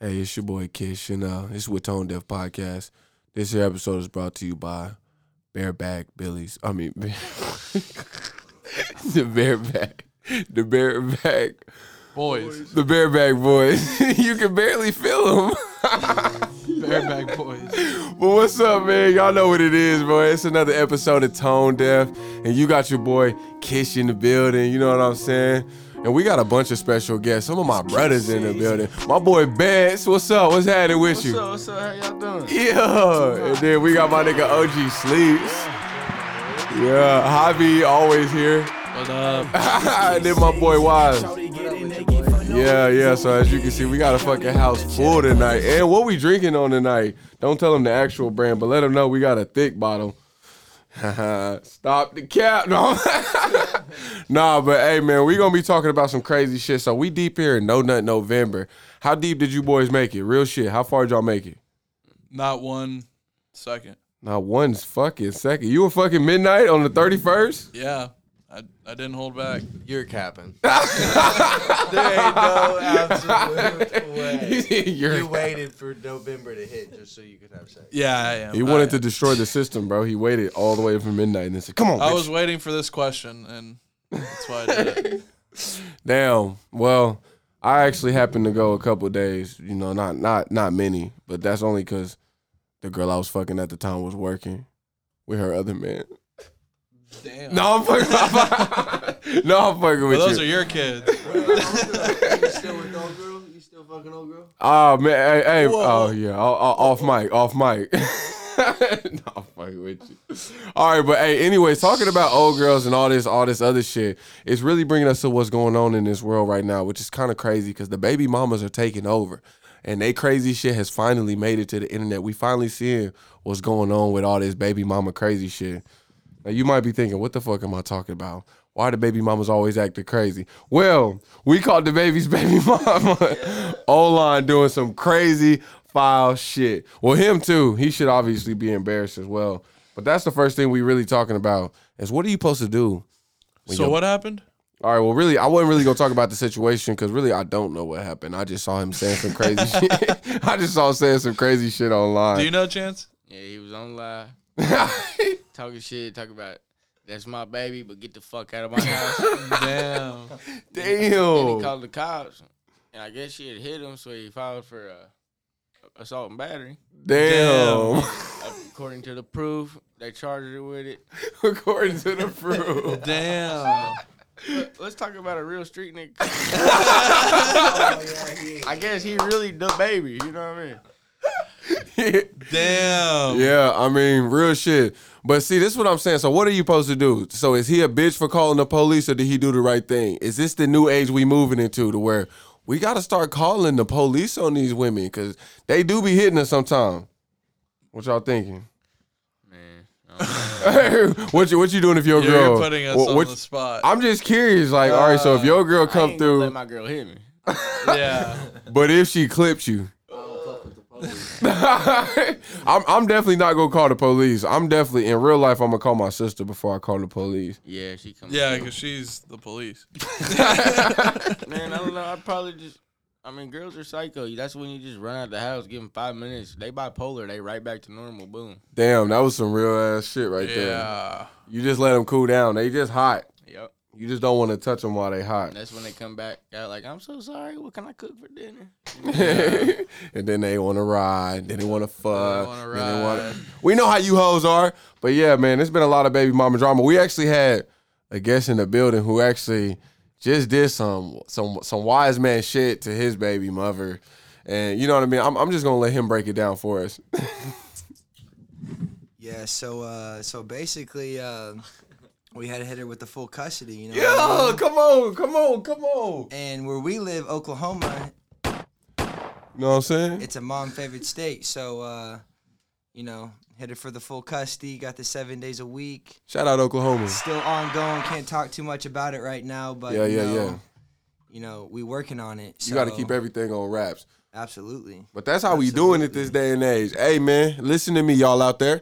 Hey, it's your boy Kish, and uh, this is with Tone Deaf Podcast. This here episode is brought to you by Bareback Billy's. I mean, the bareback, the bareback, Boys. the bareback boys. you can barely feel them. Bareback boys. But what's up, man? Y'all know what it is, bro. It's another episode of Tone Deaf, and you got your boy Kish in the building. You know what I'm saying? And we got a bunch of special guests. Some of my brothers in the building. My boy Bets, what's up? What's happening with you? what's up? How y'all doing? Yeah, and then we got my nigga OG Sleeps. Yeah, Hobby always here. What up? and then my boy Wise. Yeah, yeah. So as you can see, we got a fucking house full tonight. And what we drinking on tonight? Don't tell them the actual brand, but let them know we got a thick bottle. Stop the cap. No. nah, but hey man, we gonna be talking about some crazy shit. So we deep here in No Nut November. How deep did you boys make it? Real shit. How far did y'all make it? Not one second. Not one fucking second. You were fucking midnight on the 31st? Yeah. I, I didn't hold back. You're capping. there ain't no absolute way. You're- You waited for November to hit just so you could have sex. Yeah, I am. he I, wanted to destroy the system, bro. He waited all the way from midnight and then said, Come on, I bitch. was waiting for this question, and that's why I did it. Damn. Well, I actually happened to go a couple days, you know, not not not many, but that's only cause the girl I was fucking at the time was working with her other man. Damn. No, I'm fucking No, I'm fucking with Well, those you. are your kids. you still with old girl? You still fucking old girl? Oh man, hey, hey Whoa. oh yeah, o- o- off mic, off mic. no, I'm fucking with you. All right, but hey, anyways, talking about old girls and all this, all this other shit, it's really bringing us to what's going on in this world right now, which is kind of crazy because the baby mamas are taking over, and they crazy shit has finally made it to the internet. We finally seeing what's going on with all this baby mama crazy shit. Now you might be thinking, what the fuck am I talking about? Why the baby mamas always acting crazy? Well, we caught the baby's baby mama online doing some crazy foul shit. Well, him too. He should obviously be embarrassed as well. But that's the first thing we really talking about is what are you supposed to do? So what happened? All right. Well, really, I wasn't really gonna talk about the situation because really I don't know what happened. I just saw him saying some crazy shit. I just saw him saying some crazy shit online. Do you know Chance? Yeah, he was on live talking shit, talking about that's my baby, but get the fuck out of my house. Damn. Oh. and he Damn. called the cops, and I guess she had hit him, so he filed for uh, assault and battery. Damn. According to the proof, they charged her with it. According to the proof. Damn. But let's talk about a real street nigga. Oh, I guess he really the baby. You know what I mean? Damn. Yeah, I mean, real shit. But see, this is what I'm saying. So, what are you supposed to do? So, is he a bitch for calling the police, or did he do the right thing? Is this the new age we moving into, to where we got to start calling the police on these women because they do be hitting us sometime. What y'all thinking? Man, I don't know. what you what you doing if your You're girl? putting us what- on what- the spot. I'm just curious. Like, all right, so if your girl Uh, I come ain't gonna through, let my girl hit me. yeah. but if she clipped you. I'm I'm definitely not gonna call the police. I'm definitely in real life. I'm gonna call my sister before I call the police. Yeah, she comes. Yeah, because she's the police. Man, I don't know. I probably just. I mean, girls are psycho. That's when you just run out the house, give them five minutes. They bipolar. They right back to normal. Boom. Damn, that was some real ass shit right there. Yeah. You just let them cool down. They just hot. Yep. You just don't want to touch them while they hot. That's when they come back. They're like, I'm so sorry. What can I cook for dinner? and then they want to ride. Then they want to fuck. wanna then they wanna- ride. We know how you hoes are. But yeah, man, it's been a lot of baby mama drama. We actually had a guest in the building who actually just did some some some wise man shit to his baby mother. And you know what I mean? I'm, I'm just gonna let him break it down for us. Yeah, so uh, so basically, uh, we had to hit her with the full custody, you know. what I mean? Yo, come on, come on, come on. And where we live, Oklahoma, You know what I'm saying? it's a mom favorite state. So, uh, you know, hit her for the full custody. Got the seven days a week. Shout out Oklahoma. Still ongoing. Can't talk too much about it right now, but Yeah, you yeah, know, yeah. You know, we working on it. You got to so- keep everything on wraps. absolutely. But that's how we doing it this day and age. Hey man, listen to me, y'all out there.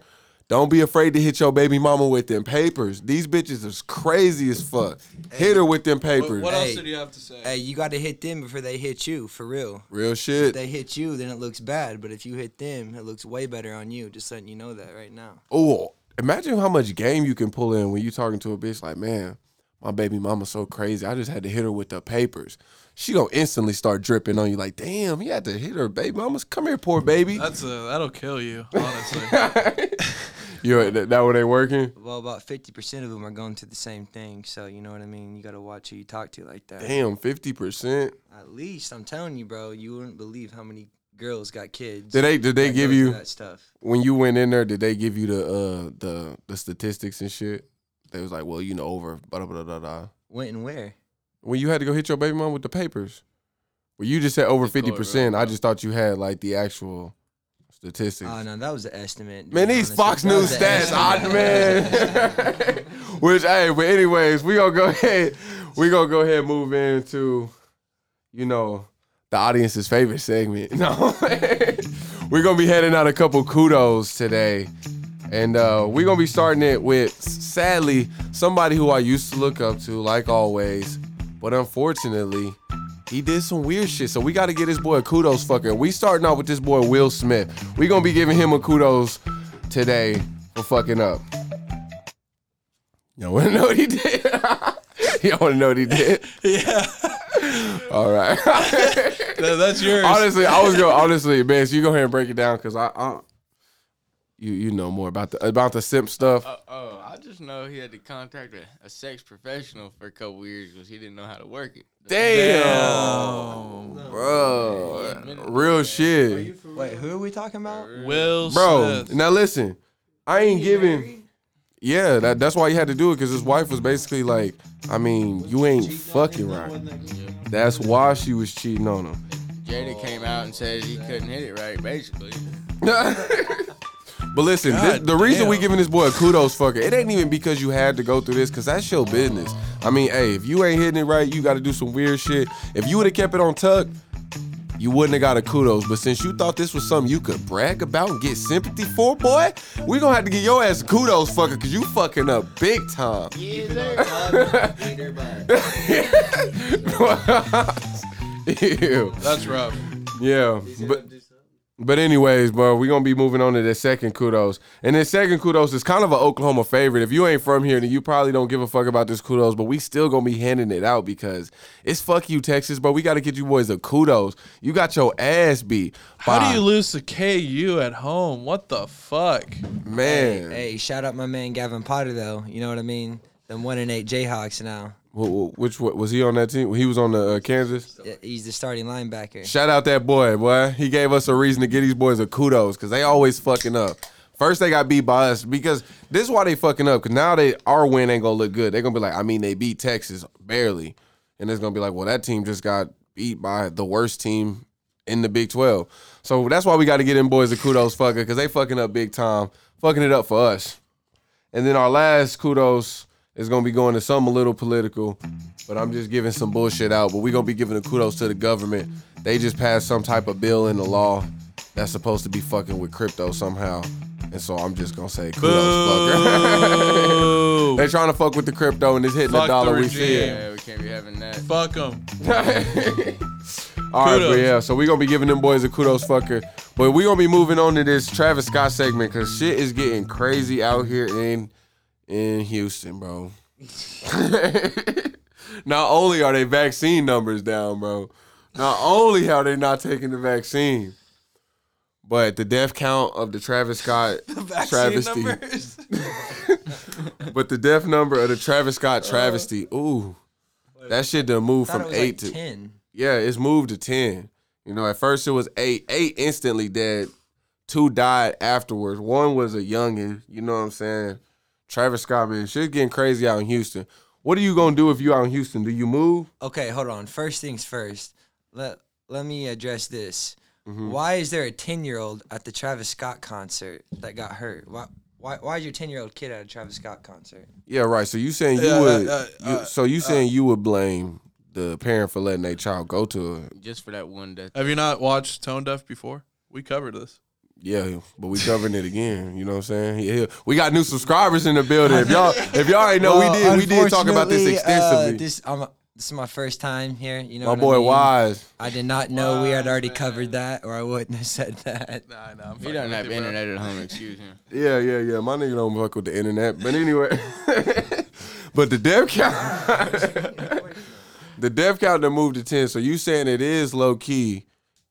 Don't be afraid to hit your baby mama with them papers. These bitches is crazy as fuck. Hit her with them What, papers. what Hey. else did you have to say? Hey, you got to hit them before they hit you, for real. Real If shit. they hit you, then it looks bad. But if you hit them, it looks way better on you. Just letting you know that right now. Oh, imagine how much game you can pull in when you talking to a bitch like, man, my baby mama's so crazy. I just had to hit her with the papers. She gonna instantly start dripping on you like, damn, he had to hit her baby mama's. Come here, poor baby. That's a that'll kill you, honestly. You that, that one ain't working. Well, about 50% of them are going to the same thing. So, you know what I mean? You got to watch who you talk to like that. Damn, fifty percent. At least, I'm telling you, bro, you wouldn't believe how many girls got kids. Did they did they that give go through you that stuff? when you went in there? Did they give you the uh the the statistics and shit? They was like, well, you know, over blah blah blah blah. Went and where? When you had to go hit your baby mom with the papers. Well, you just said over Just go fifty around, percent. I bro. just thought you had like the actual statistics. Oh no, that was an estimate. to Man, be these honest. Fox That was News an stats, odd estimate. man. Which, hey, but anyways, we gonna go ahead. We gonna go ahead and move into, you know, the audience's favorite segment. No, we're gonna be heading out a couple kudos today, and uh, we're gonna be starting it with sadly somebody who I used to look up to, like always, but unfortunately. He did some weird shit, so we got to get this boy a kudos fucker. We starting out with this boy Will Smith. We gonna be giving him a kudos today for fucking up. Y'all wanna know what he did? Y'all wanna know what he did? yeah, All right. that- that's yours. honestly, I was gonna honestly, man, so you go ahead and break it down because I, I, you you know more about the about the simp stuff. Uh, oh, I just know he had to contact a, a sex professional for a couple years because he didn't know how to work it. Damn, bro, real shit, Wait, who are we talking about? Will bro. Smith. Now listen, I ain't giving. Yeah, that, that's why he had to do it because his wife was basically like, I mean, you ain't fucking right. That's why she was cheating on him. Jada came out and said he couldn't hit it right, basically. but listen, this, God the reason we damn. giving this boy a kudos, fucker, it ain't even because you had to go through this, cause that's your business. I mean, hey, if you ain't hitting it right, you got to do some weird shit. If you would have kept it on tuck, you wouldn't have got a kudos. But since you thought this was something you could brag about and get sympathy for, boy, we gonna have to get your ass a kudos, fucker, cause you fucking up big time. Ew. That's rough. Yeah, but but anyways, bro, we're gonna be moving on to the second kudos. And this second kudos is kind of an Oklahoma favorite. If you ain't from here, then you probably don't give a fuck about this kudos, but we still gonna be handing it out because it's fuck you, Texas, bro. We gotta get you boys a kudos. You got your ass beat. How by- do you lose to KU at home? What the fuck? man? Hey, shout out my man Gavin Potter though. You know what I mean? Them one and eight Jayhawks now. Wh- wh- Which one- was he on that team? He was on the uh, Kansas. Yeah, He's the starting linebacker. Shout out that boy, boy. He gave us a reason to give these boys a kudos because they always fucking up. First they got beat by us because this is why they fucking up. Because now they our win ain't gonna look good. They're gonna be like, I mean, they beat Texas barely, and it's gonna be like, well, that team just got beat by the worst team in the Big Twelve. So that's why we got to get them boys a kudos, fucker, because they fucking up big time, fucking it up for us. And then our last kudos is gonna be going to something a little political, but I'm just giving some bullshit out. But we gonna be giving the kudos to the government. They just passed some type of bill in the law that's supposed to be fucking with crypto somehow. And so I'm just gonna say kudos, fucker. Boo. they trying to fuck with the crypto and it's hitting Fuck the the dollar. we regime. see it. Yeah, we can't be having that. fuck them. All right, Kudos. but yeah, so we gonna be giving them boys a kudos fucker. But we gonna be moving on to this Travis Scott segment because shit is getting crazy out here in in Houston, bro. not only are they vaccine numbers down, bro. Not only are they not taking the vaccine, but the death count of the Travis Scott travesty. but the death number of the Travis Scott travesty, ooh. That shit done moved Thought from it was eight to like ten. yeah, it's moved to ten. You know, at first it was eight. Eight instantly dead. Two died afterwards. One was a youngin. You know what I'm saying? Travis Scott, man, shit's getting crazy out in Houston. What are you gonna do if you out in Houston? Do you move? Okay, hold on. First things first. Let let me address this. Mm-hmm. Why is there a ten year old at the Travis Scott concert that got hurt? Why why why is your ten year old kid at a Travis Scott concert? Yeah, right. So you saying you Yeah, would? uh, uh, you, so you saying you would blame the parent for letting their child go to? A, Just for that one death. Have you not watched Tone Deaf before? We covered this. Yeah, but we covering it again. You know what I'm saying? Yeah, we got new subscribers in the building. If y'all, if y'all ain't know, we Well, did, we did talk about this unfortunately, extensively. Uh, this, I'm, this is my first time here. You know, My what I boy mean? Wise, I did not know we had Wise, already man. covered that, or I wouldn't have said that. Nah, nah, I'm He fucking doesn't with have you, bro. internet at home. Excuse him. yeah, yeah, yeah. My nigga don't fuck with the internet, but anyway. but the dev count, the dev count that moved to ten. So you saying it is low key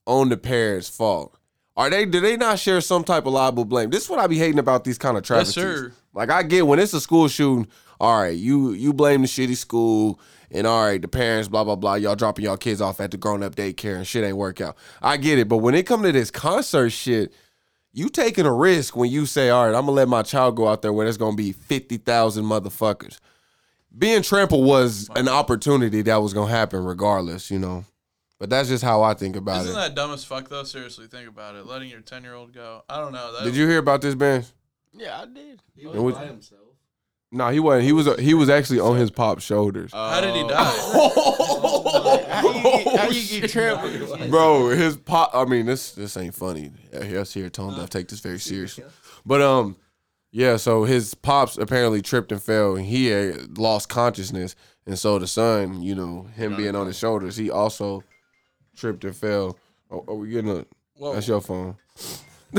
on the parents' fault? Are they? Do they not share some type of liable blame? This is what I be hating about these kind of travesties. sir. Like I get when it's a school shooting. All right, you you blame the shitty school, and all right, the parents, blah blah blah. Y'all dropping y'all kids off at the grown up daycare and shit ain't work out. I get it, but when it come to this concert shit, you taking a risk when you say, all right, I'm gonna let my child go out there when it's gonna be fifty thousand motherfuckers. Being trampled was an opportunity that was gonna happen regardless, you know. But that's just how I think about Isn't it. that dumb as fuck though? Seriously, think about it. Letting your ten year old go. I don't know. That, Did you hear about this, Ben? Yeah, I did. He And we- was by himself. No, he wasn't. He was he was actually on his pop's shoulders. How did he die? How you get, how you get trampled? Bro, his pop. I mean, this this ain't funny. Us here, tone deaf, take this very seriously. But um, yeah. So his pops apparently tripped and fell, and he had lost consciousness. And so the son, you know, him being on his shoulders, he also tripped and fell. Oh, are we getting a? That's your phone.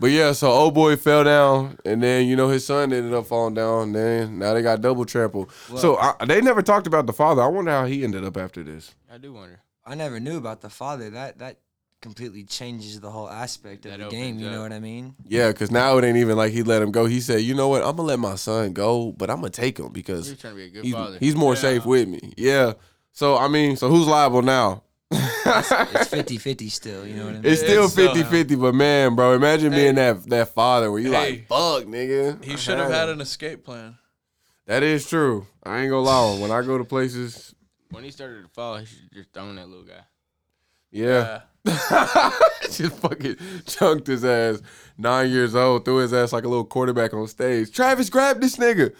but yeah, so old boy fell down, and then you know his son ended up falling down. And then now they got double trampled. So I, they never talked about the father. I wonder how he ended up after this. I do wonder. I never knew about the father. That that completely changes the whole aspect of That the game. opens You know up. what I mean? Yeah, because now it ain't even like he let him go. He said, you know what? I'm going to let my son go, but I'm going to take him because You're trying to be a good he's, father. he's more Yeah. safe with me. Yeah. So, I mean, so who's liable now? It's 50-50 still. You know what I mean? It's still It's still- 50 50, but man, bro, imagine being that, that father where you Hey. like, fuck, nigga. I He should have had him." an escape plan. That is true. I ain't going to lie. When I go to places, when he started to fall, he should just thrown that little guy. yeah. Just fucking chunked his ass. Nine years old, threw his ass like a little quarterback on stage. Travis, grab this nigga.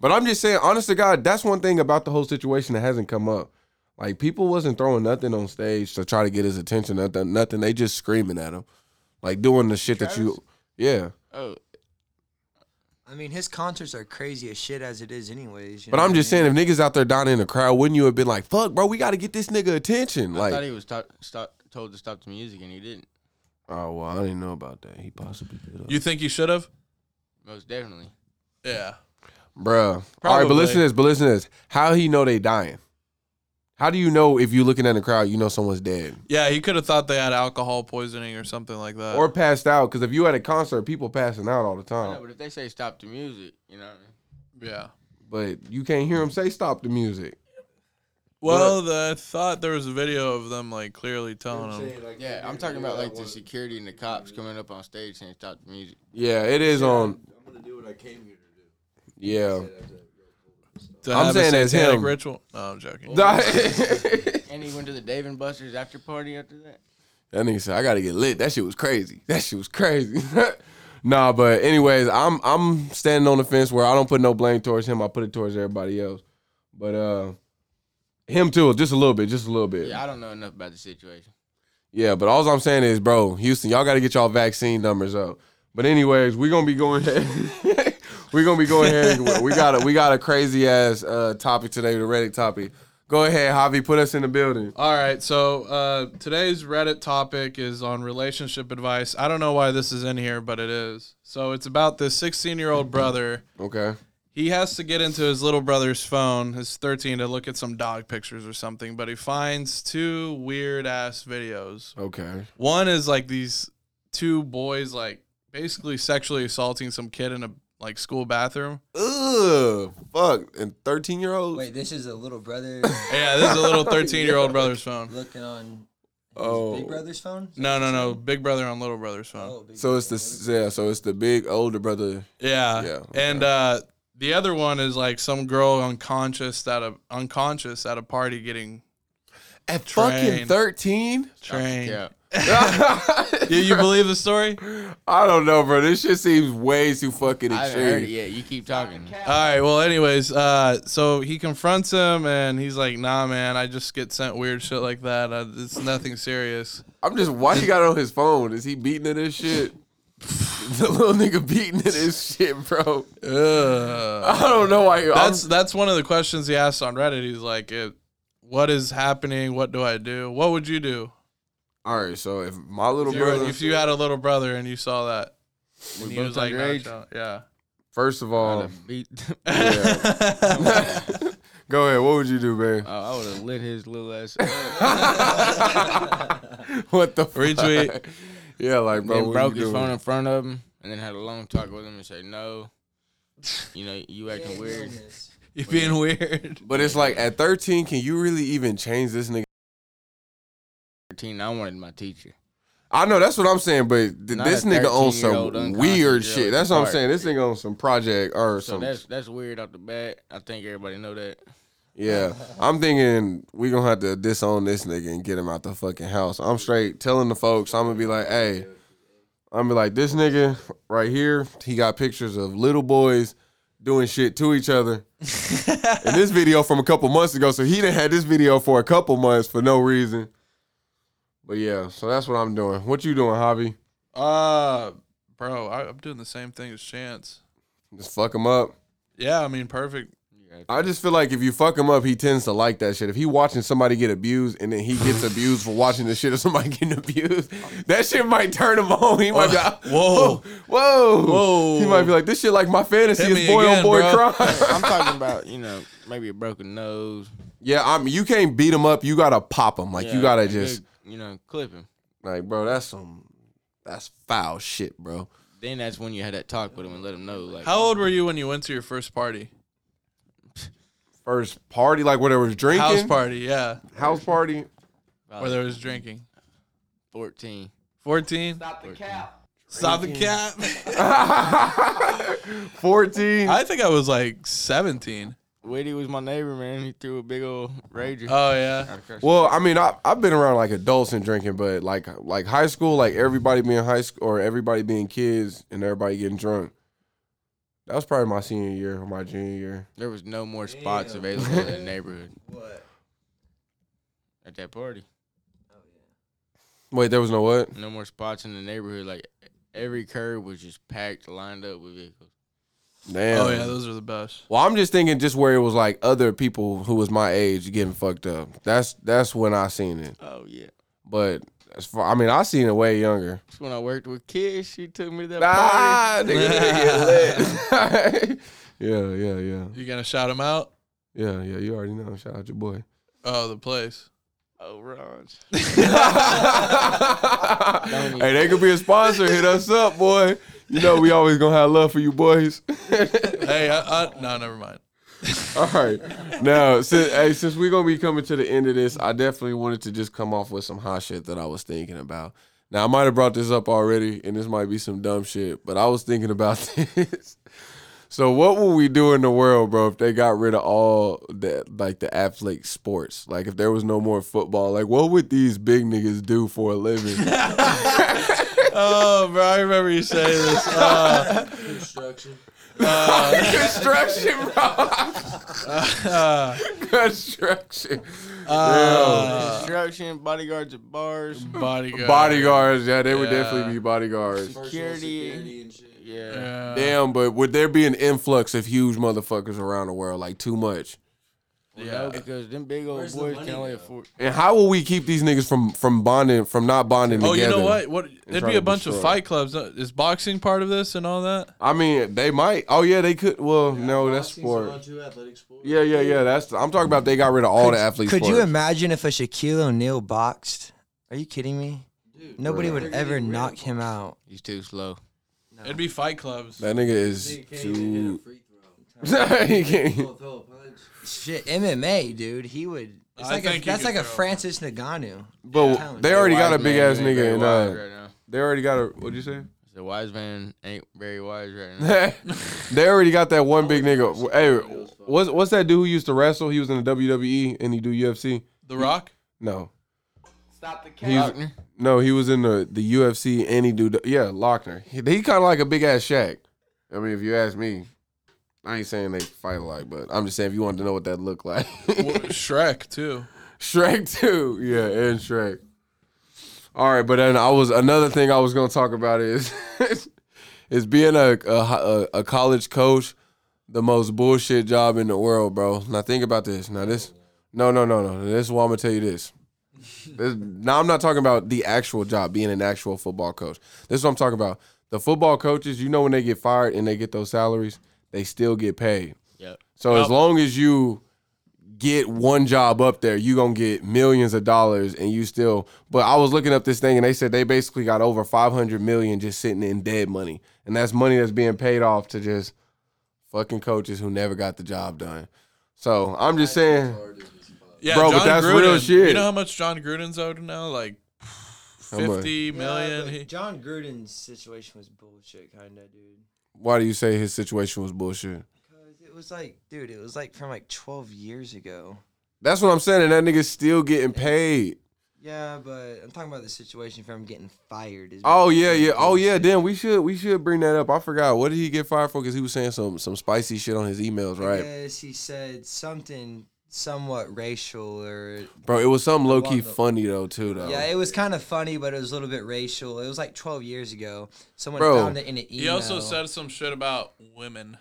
But I'm just saying, honest to God, that's one thing about the whole situation that hasn't come up. Like people wasn't throwing nothing on stage to try to get his attention. Nothing, nothing. They just screaming at him, like doing the shit that you, yeah. Oh, I mean, his concerts are crazy as shit as it is, anyways. you But know I'm what I just mean? saying, if niggas out there dying in the crowd, wouldn't you have been like, "Fuck, bro, we got to get this nigga attention"? I thought Like, he was to- stop, told to stop the music, and he didn't. oh well, I didn't know about that. He possibly could have. You think he should have? Most definitely. Yeah. Bruh. All right, but Probably. listen to this, but listen to this. How he know they dying? How do you know if you looking at the crowd, you know someone's dead? Yeah, he could have thought they had alcohol poisoning or something like Uh, that. or passed out, because if you at a concert, people passing out all the I know, time. but if they say stop the music, you know. What I mean? yeah. But you can't hear them say stop the music. Well, the, I thought there was a video of them like clearly telling him. Um, Yeah, I'm talking about like the security and the cops coming up on stage saying stop the music. Yeah, it is on I'm gonna do what I came here to yeah. do. That's it. To I'm have saying a that's satanic him. ritual. No, I'm joking. that And he went to the Dave and Buster's after party after that. nigga said, I gotta get lit. That shit was crazy. That shit was crazy. nah, but anyways, I'm I'm standing on the fence where I don't put no blame towards him. I put it towards everybody else. But uh him too, just a little bit, just a little bit. Yeah, I don't know enough about the situation. Yeah, but all I'm saying is, bro, Houston, y'all got to get y'all vaccine numbers up. But anyways, we're gonna be going. we're gonna be going here. We got a we got a crazy ass uh, topic today, the Reddit topic. Go ahead, Javi, put us in the building. All right, so uh, today's Reddit topic is on relationship advice. I don't know why this is in here, but it is. So it's about this 16 year old brother. Okay. He has to get into his little brother's phone, his 13, to look at some dog pictures or something, but he finds two weird ass videos. Okay. One is like these two boys, like basically sexually assaulting some kid in a like school bathroom. Ugh. Fuck. And thirteen year olds. Wait, this is a little brother Yeah, this is a little 13 year old brother's phone. looking on his Oh. big brother's phone. Is that No, what no, you're no. saying? Big brother on little brother's phone. Oh, big So it's brother. the yeah. So it's the big older brother. Yeah. Yeah, And uh, the other one is like some girl unconscious at a unconscious at a party getting At Train. fucking thirteen. Stop the trained. cap. Do you believe the story? I don't know, bro. This shit seems way too fucking I haven't heard it extreme. yet. You keep talking. All right. Well, anyways, uh, so he confronts him and he's like, "Nah, man, I just get sent weird shit like that. Uh, it's nothing serious." I'm just why he got it on his phone? Is he beating at this shit? the little nigga beating at this shit, bro. Ugh. I don't know why. Um, That's That's that's one of the questions he asked on Reddit. He's like, it, "What is happening? What do I do? What would you do all right. So if my little if you, were- brother, if you had a little brother and you saw that?" And We he was both like, "Nah, underage. child." "Yeah." first of all, I'd've beat- Oh, go ahead. What would you do, man? Oh, I would have lit his little ass. up. what the fuck? Retweet. Yeah, like bro, then what broke you his doing? phone in front of him, and then had a long talk with him and said, "No, you know, you acting weird." You being weird. But it's like at 13, can you really even change this nigga? Thirteen, I wanted my teacher. I know that's what I'm saying, but th- Not this a nigga on 13-year-old some unconscious girl weird at shit. the That's what I'm park. saying. This nigga on some project or So some. that's that's weird off the bat. I think everybody know that. Yeah, I'm thinking we gonna have to disown this nigga and get him out the fucking house. I'm straight telling the folks. I'm gonna be like, hey, I'm gonna be like this nigga right here. He got pictures of little boys doing shit to each other. and this video from a couple months ago, so he done had this video for a couple months for no reason. But yeah, so that's what I'm doing. What you doing, Hobby? Uh, bro, I, I'm doing the same thing as Chance. Just fuck him up. Yeah, I mean, perfect. I just feel like if you fuck him up, he tends to like that shit. If he watching somebody get abused and then he gets abused for watching the shit of somebody getting abused, that shit might turn him on. He might be like, Whoa. whoa, Whoa. He might be like, this shit like my fantasy Hit is me boy again, on boy bro. crime. I'm talking about you know maybe a broken nose. yeah, I mean, you can't beat him up. You gotta pop him. Like Yeah, you gotta a just good, you know clip him. like, bro, that's some that's foul shit, bro. Then that's when you had that talk with him and let him know like How old were you when you went to your first party? First party, like where there was drinking, House party, yeah, house party. where probably there was drinking. fourteen. 14? Stop the cap. Stop the cap. Fourteen. I think I was like 17. Whitty was my neighbor, man. He threw a big old Uh, rager. Oh, yeah. Well, I mean, I I've been around like adults and drinking, but like like high school, like everybody being high school or everybody being kids and everybody getting drunk. That was probably my senior year or my junior year. there was no more spots available in the neighborhood What? at that party. Wait, there was no what? No more spots in the neighborhood. Like every curb was just packed, lined up with vehicles. Damn. Oh, yeah, those are the best. well, I'm just thinking just where it was like other people who was my age getting fucked up. That's that's when I seen it. Oh yeah. But as far, I mean, I seen it way younger. That's when I worked with kids. She took me to that party. Ah, nigga, nigga get lit. yeah, yeah, yeah, You gonna shout him out? yeah, yeah. You already know. Shout out your boy. Oh, the place. Oh, Ron's. hey, they could be a sponsor. Hit us up, boy. You know we always gonna have love for you boys. Hey, I, I, no, never mind. All right. Now, since hey, since we're gonna be coming to the end of this, I definitely wanted to just come off with some hot shit that I was thinking about. Now I might have brought this up already, and this might be some dumb shit, but I was thinking about this. So what would we do in the world, bro, if they got rid of all the like the athletic sports? Like if there was no more football, like what would these big niggas do for a living? Oh, bro, I remember you saying this. Uh, Construction. Construction, bro. uh, Construction. uh, Construction, bodyguards at bars, bodyguard. Bodyguards, yeah, they would Yeah. definitely be bodyguards. Personal Security. security and shit. yeah, Yeah. Damn, but would there be an influx of huge motherfuckers around the world? Like too much. yeah. Yeah. because them big old Where's the boys money can only go? afford. And how will we keep these niggas from from bonding from not bonding Oh, you together? know what? What? There'd try be a to bunch of destroy. fight clubs. Uh, Is boxing part of this and all that? I mean, they might. Oh yeah, they could. Well, no, that's Boxing's sport. allowed to athletic sport. Yeah, yeah, yeah. That's. I'm talking about they got rid of all the athletes. Could you imagine if a Shaquille O'Neal boxed? Are you kidding me? Nobody Bro. would ever knock him out. He's too slow. It'd be fight clubs. That nigga is He can't even hit a too. free throw. He can't- He'll throw a punch. Shit, MMA, dude. He would. It's I like a, think he that's could like a throw. Francis Ngannou. but they They're already got a Wise big man ass ain't very nigga, and uh, wise right now. they already got a. What'd you say? The wise man ain't very wise right now. they already got that one big nigga. Hey, what's what's E that dude who used to wrestle? He was in the WWE and he do UFC. The Rock. No, Stop the He's cat. no, he was in the the UFC and he do the- yeah Lochner. He, he kind of like a big ass Shaq. I mean, if you ask me, I ain't saying they fight alike, but I'm just saying if you wanted to know what that looked like, Well, Shrek too. Shrek too. Yeah, and Shrek. All right, but then I was another thing I was gonna talk about is is being a, a hi- a a college coach, the most bullshit job in the world, bro. Now think about this. Now this, no, no, no, no. This is why I'm gonna tell you this. this now I'm not talking about the actual job, being an actual football coach. This is what I'm talking about. The football coaches, you know, when they get fired and they get those salaries, they still get paid. Yep. So as long as you get one job up there, you gonna get millions of dollars, and you still. But I was looking up this thing, and they said they basically got over five hundred million just sitting in dead money, and that's money that's being paid off to just fucking coaches who never got the job done. So I'm just saying, Yeah, Bro, but John that's Gruden, real shit. You know how much John Gruden's owed now? Like much? fifty million. He- John Gruden's situation was bullshit, kinda, dude. why do you say his situation was bullshit? Cause it was like, dude, it was like from like 12 years ago. That's what I'm saying, and that nigga's still getting paid. Yeah, but I'm talking about the situation from getting fired. Is Oh yeah, yeah. Oh yeah. Damn, we should we should bring that up. I forgot. What did he get fired for? Because he was saying some some spicy shit on his emails, I right? guess he said something somewhat racial or Bro, it was something low key Waldo. funny though too though. yeah, it was kind of funny, but it was a little bit racial. It was like 12 years ago. Someone Bro. found it in an email. He also said some shit about women.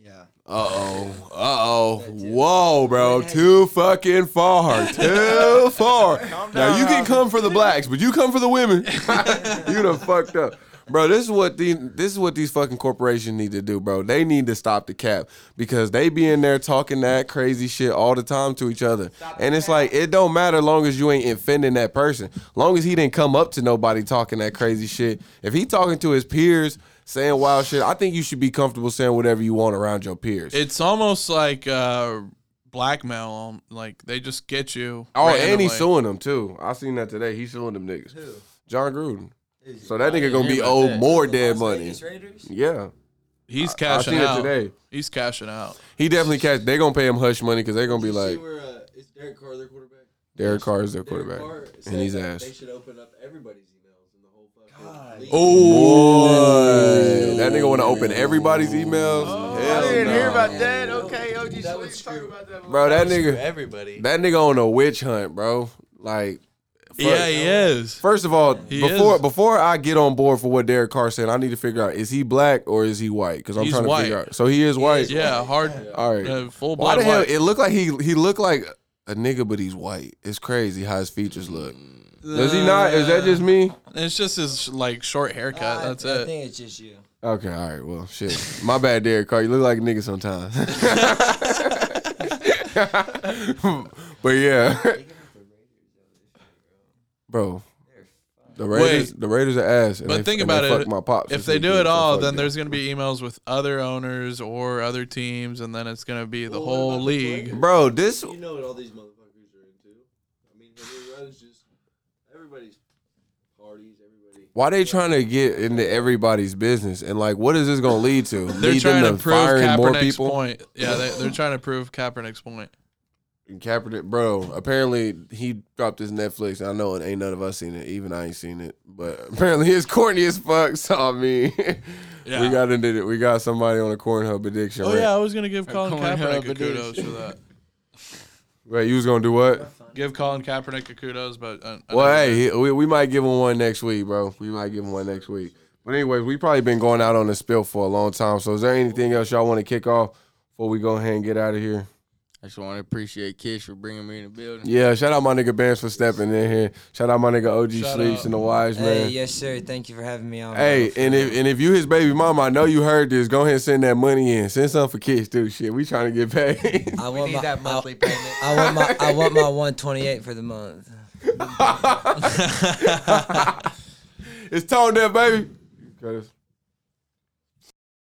yeah. Uh oh. Uh oh. Whoa, bro. Too fucking far. Too far. Now you can come for the blacks, but you come for the women. you done fucked up. Bro, this is what the this is what these fucking corporations need to do, bro. They need to stop the cap because they be in there talking that crazy shit all the time to each other. And it's like it don't matter long as you ain't offending that person. Long as he didn't come up to nobody talking that crazy shit. If he talking to his peers saying wild shit, I think you should be comfortable saying whatever you want around your peers. It's almost like uh, blackmail. um, Like they just get you. Oh, and randomly. he's suing them too. I seen that today. He's suing them niggas. Who? John Gruden. Is So that nigga gonna be hear about owed that. more dead money. Vegas Raiders? Yeah, he's I cashing seen it out. today. He's cashing out. He definitely catch. They gonna pay him hush money because they gonna be You see like where uh, is Derek Carr their quarterback? Derek Carr is their Derek quarterback, Carr and said he's that They ass. Oh, should open up everybody's emails in the whole fucking league. Boy, that nigga want to open everybody's emails. Hell I didn't no. hear about that. Okay, OG, That so would you talk screw- about that. bro. That nigga, Everybody. that nigga on a witch hunt, bro. Like, fuck. Yeah, he is. First of all, He before is. before I get on board for what Derek Carr said, I need to figure out is he black or is he white? Because I'm He's trying to white. figure out. So he is white. Yeah, hard. All right. Uh, full Why blood. the hell? white. It looked like he he looked like a nigga, but he's white. It's crazy how his features look. Does he not? Is that just me? It's just his like short haircut. I- That's I it. think it's just you. Okay, all right. Well, shit. My bad, Derek Carr. You look like a nigga sometimes. but yeah, bro. The Raiders, the Raiders are ass. and But they- think and they about it, fucked My pops if this they do weekend, it so all, fuck then them. there's going to be emails with other owners or other teams, and then it's going to be Well, the what about whole the league. players? bro. This You know what all these motherfuckers are into. I mean, Henry Ruggs just everybody's parties, everybody. why they trying to get into everybody's business and like what is this gonna lead to? They're lead trying to them to prove firing more Kaepernick's people. point. Yeah, they, they're trying to prove Kaepernick's point. And Kaepernick, bro. Apparently he dropped his Netflix. I know it ain't none of us seen it. Even I ain't seen it. But apparently it's corny as fuck. So I mean, we Yeah. got into it. We got somebody on a cornhub addiction. Oh right? yeah, I was going to give Colin Colin Kaepernick a Kaepernick. kudos for that. Wait, you was gonna do what? Give Colin Kaepernick a kudos, but uh, Well, hey, he- we, we might give him one next week, bro. We might give him one next week. But anyways, we probably been going out on the spill for a long time. So is there anything else y'all want to kick off before we go ahead and get out of here? I just want to appreciate Kish for bringing me in the building. Yeah, shout out my nigga Bands for stepping in here. Shout out my nigga OG Shout Sleeps out. and the Wise Hey, Man. yes, sir. Thank you for having me on. Hey, bro. and if and if you his baby mama, I know you heard this. Go ahead and send that money in. Send something for kids, dude. Shit, we trying to get paid. I We want need my, that I- monthly payment. I want my I want my 128 for the month. it's tone deaf, baby. Cut us.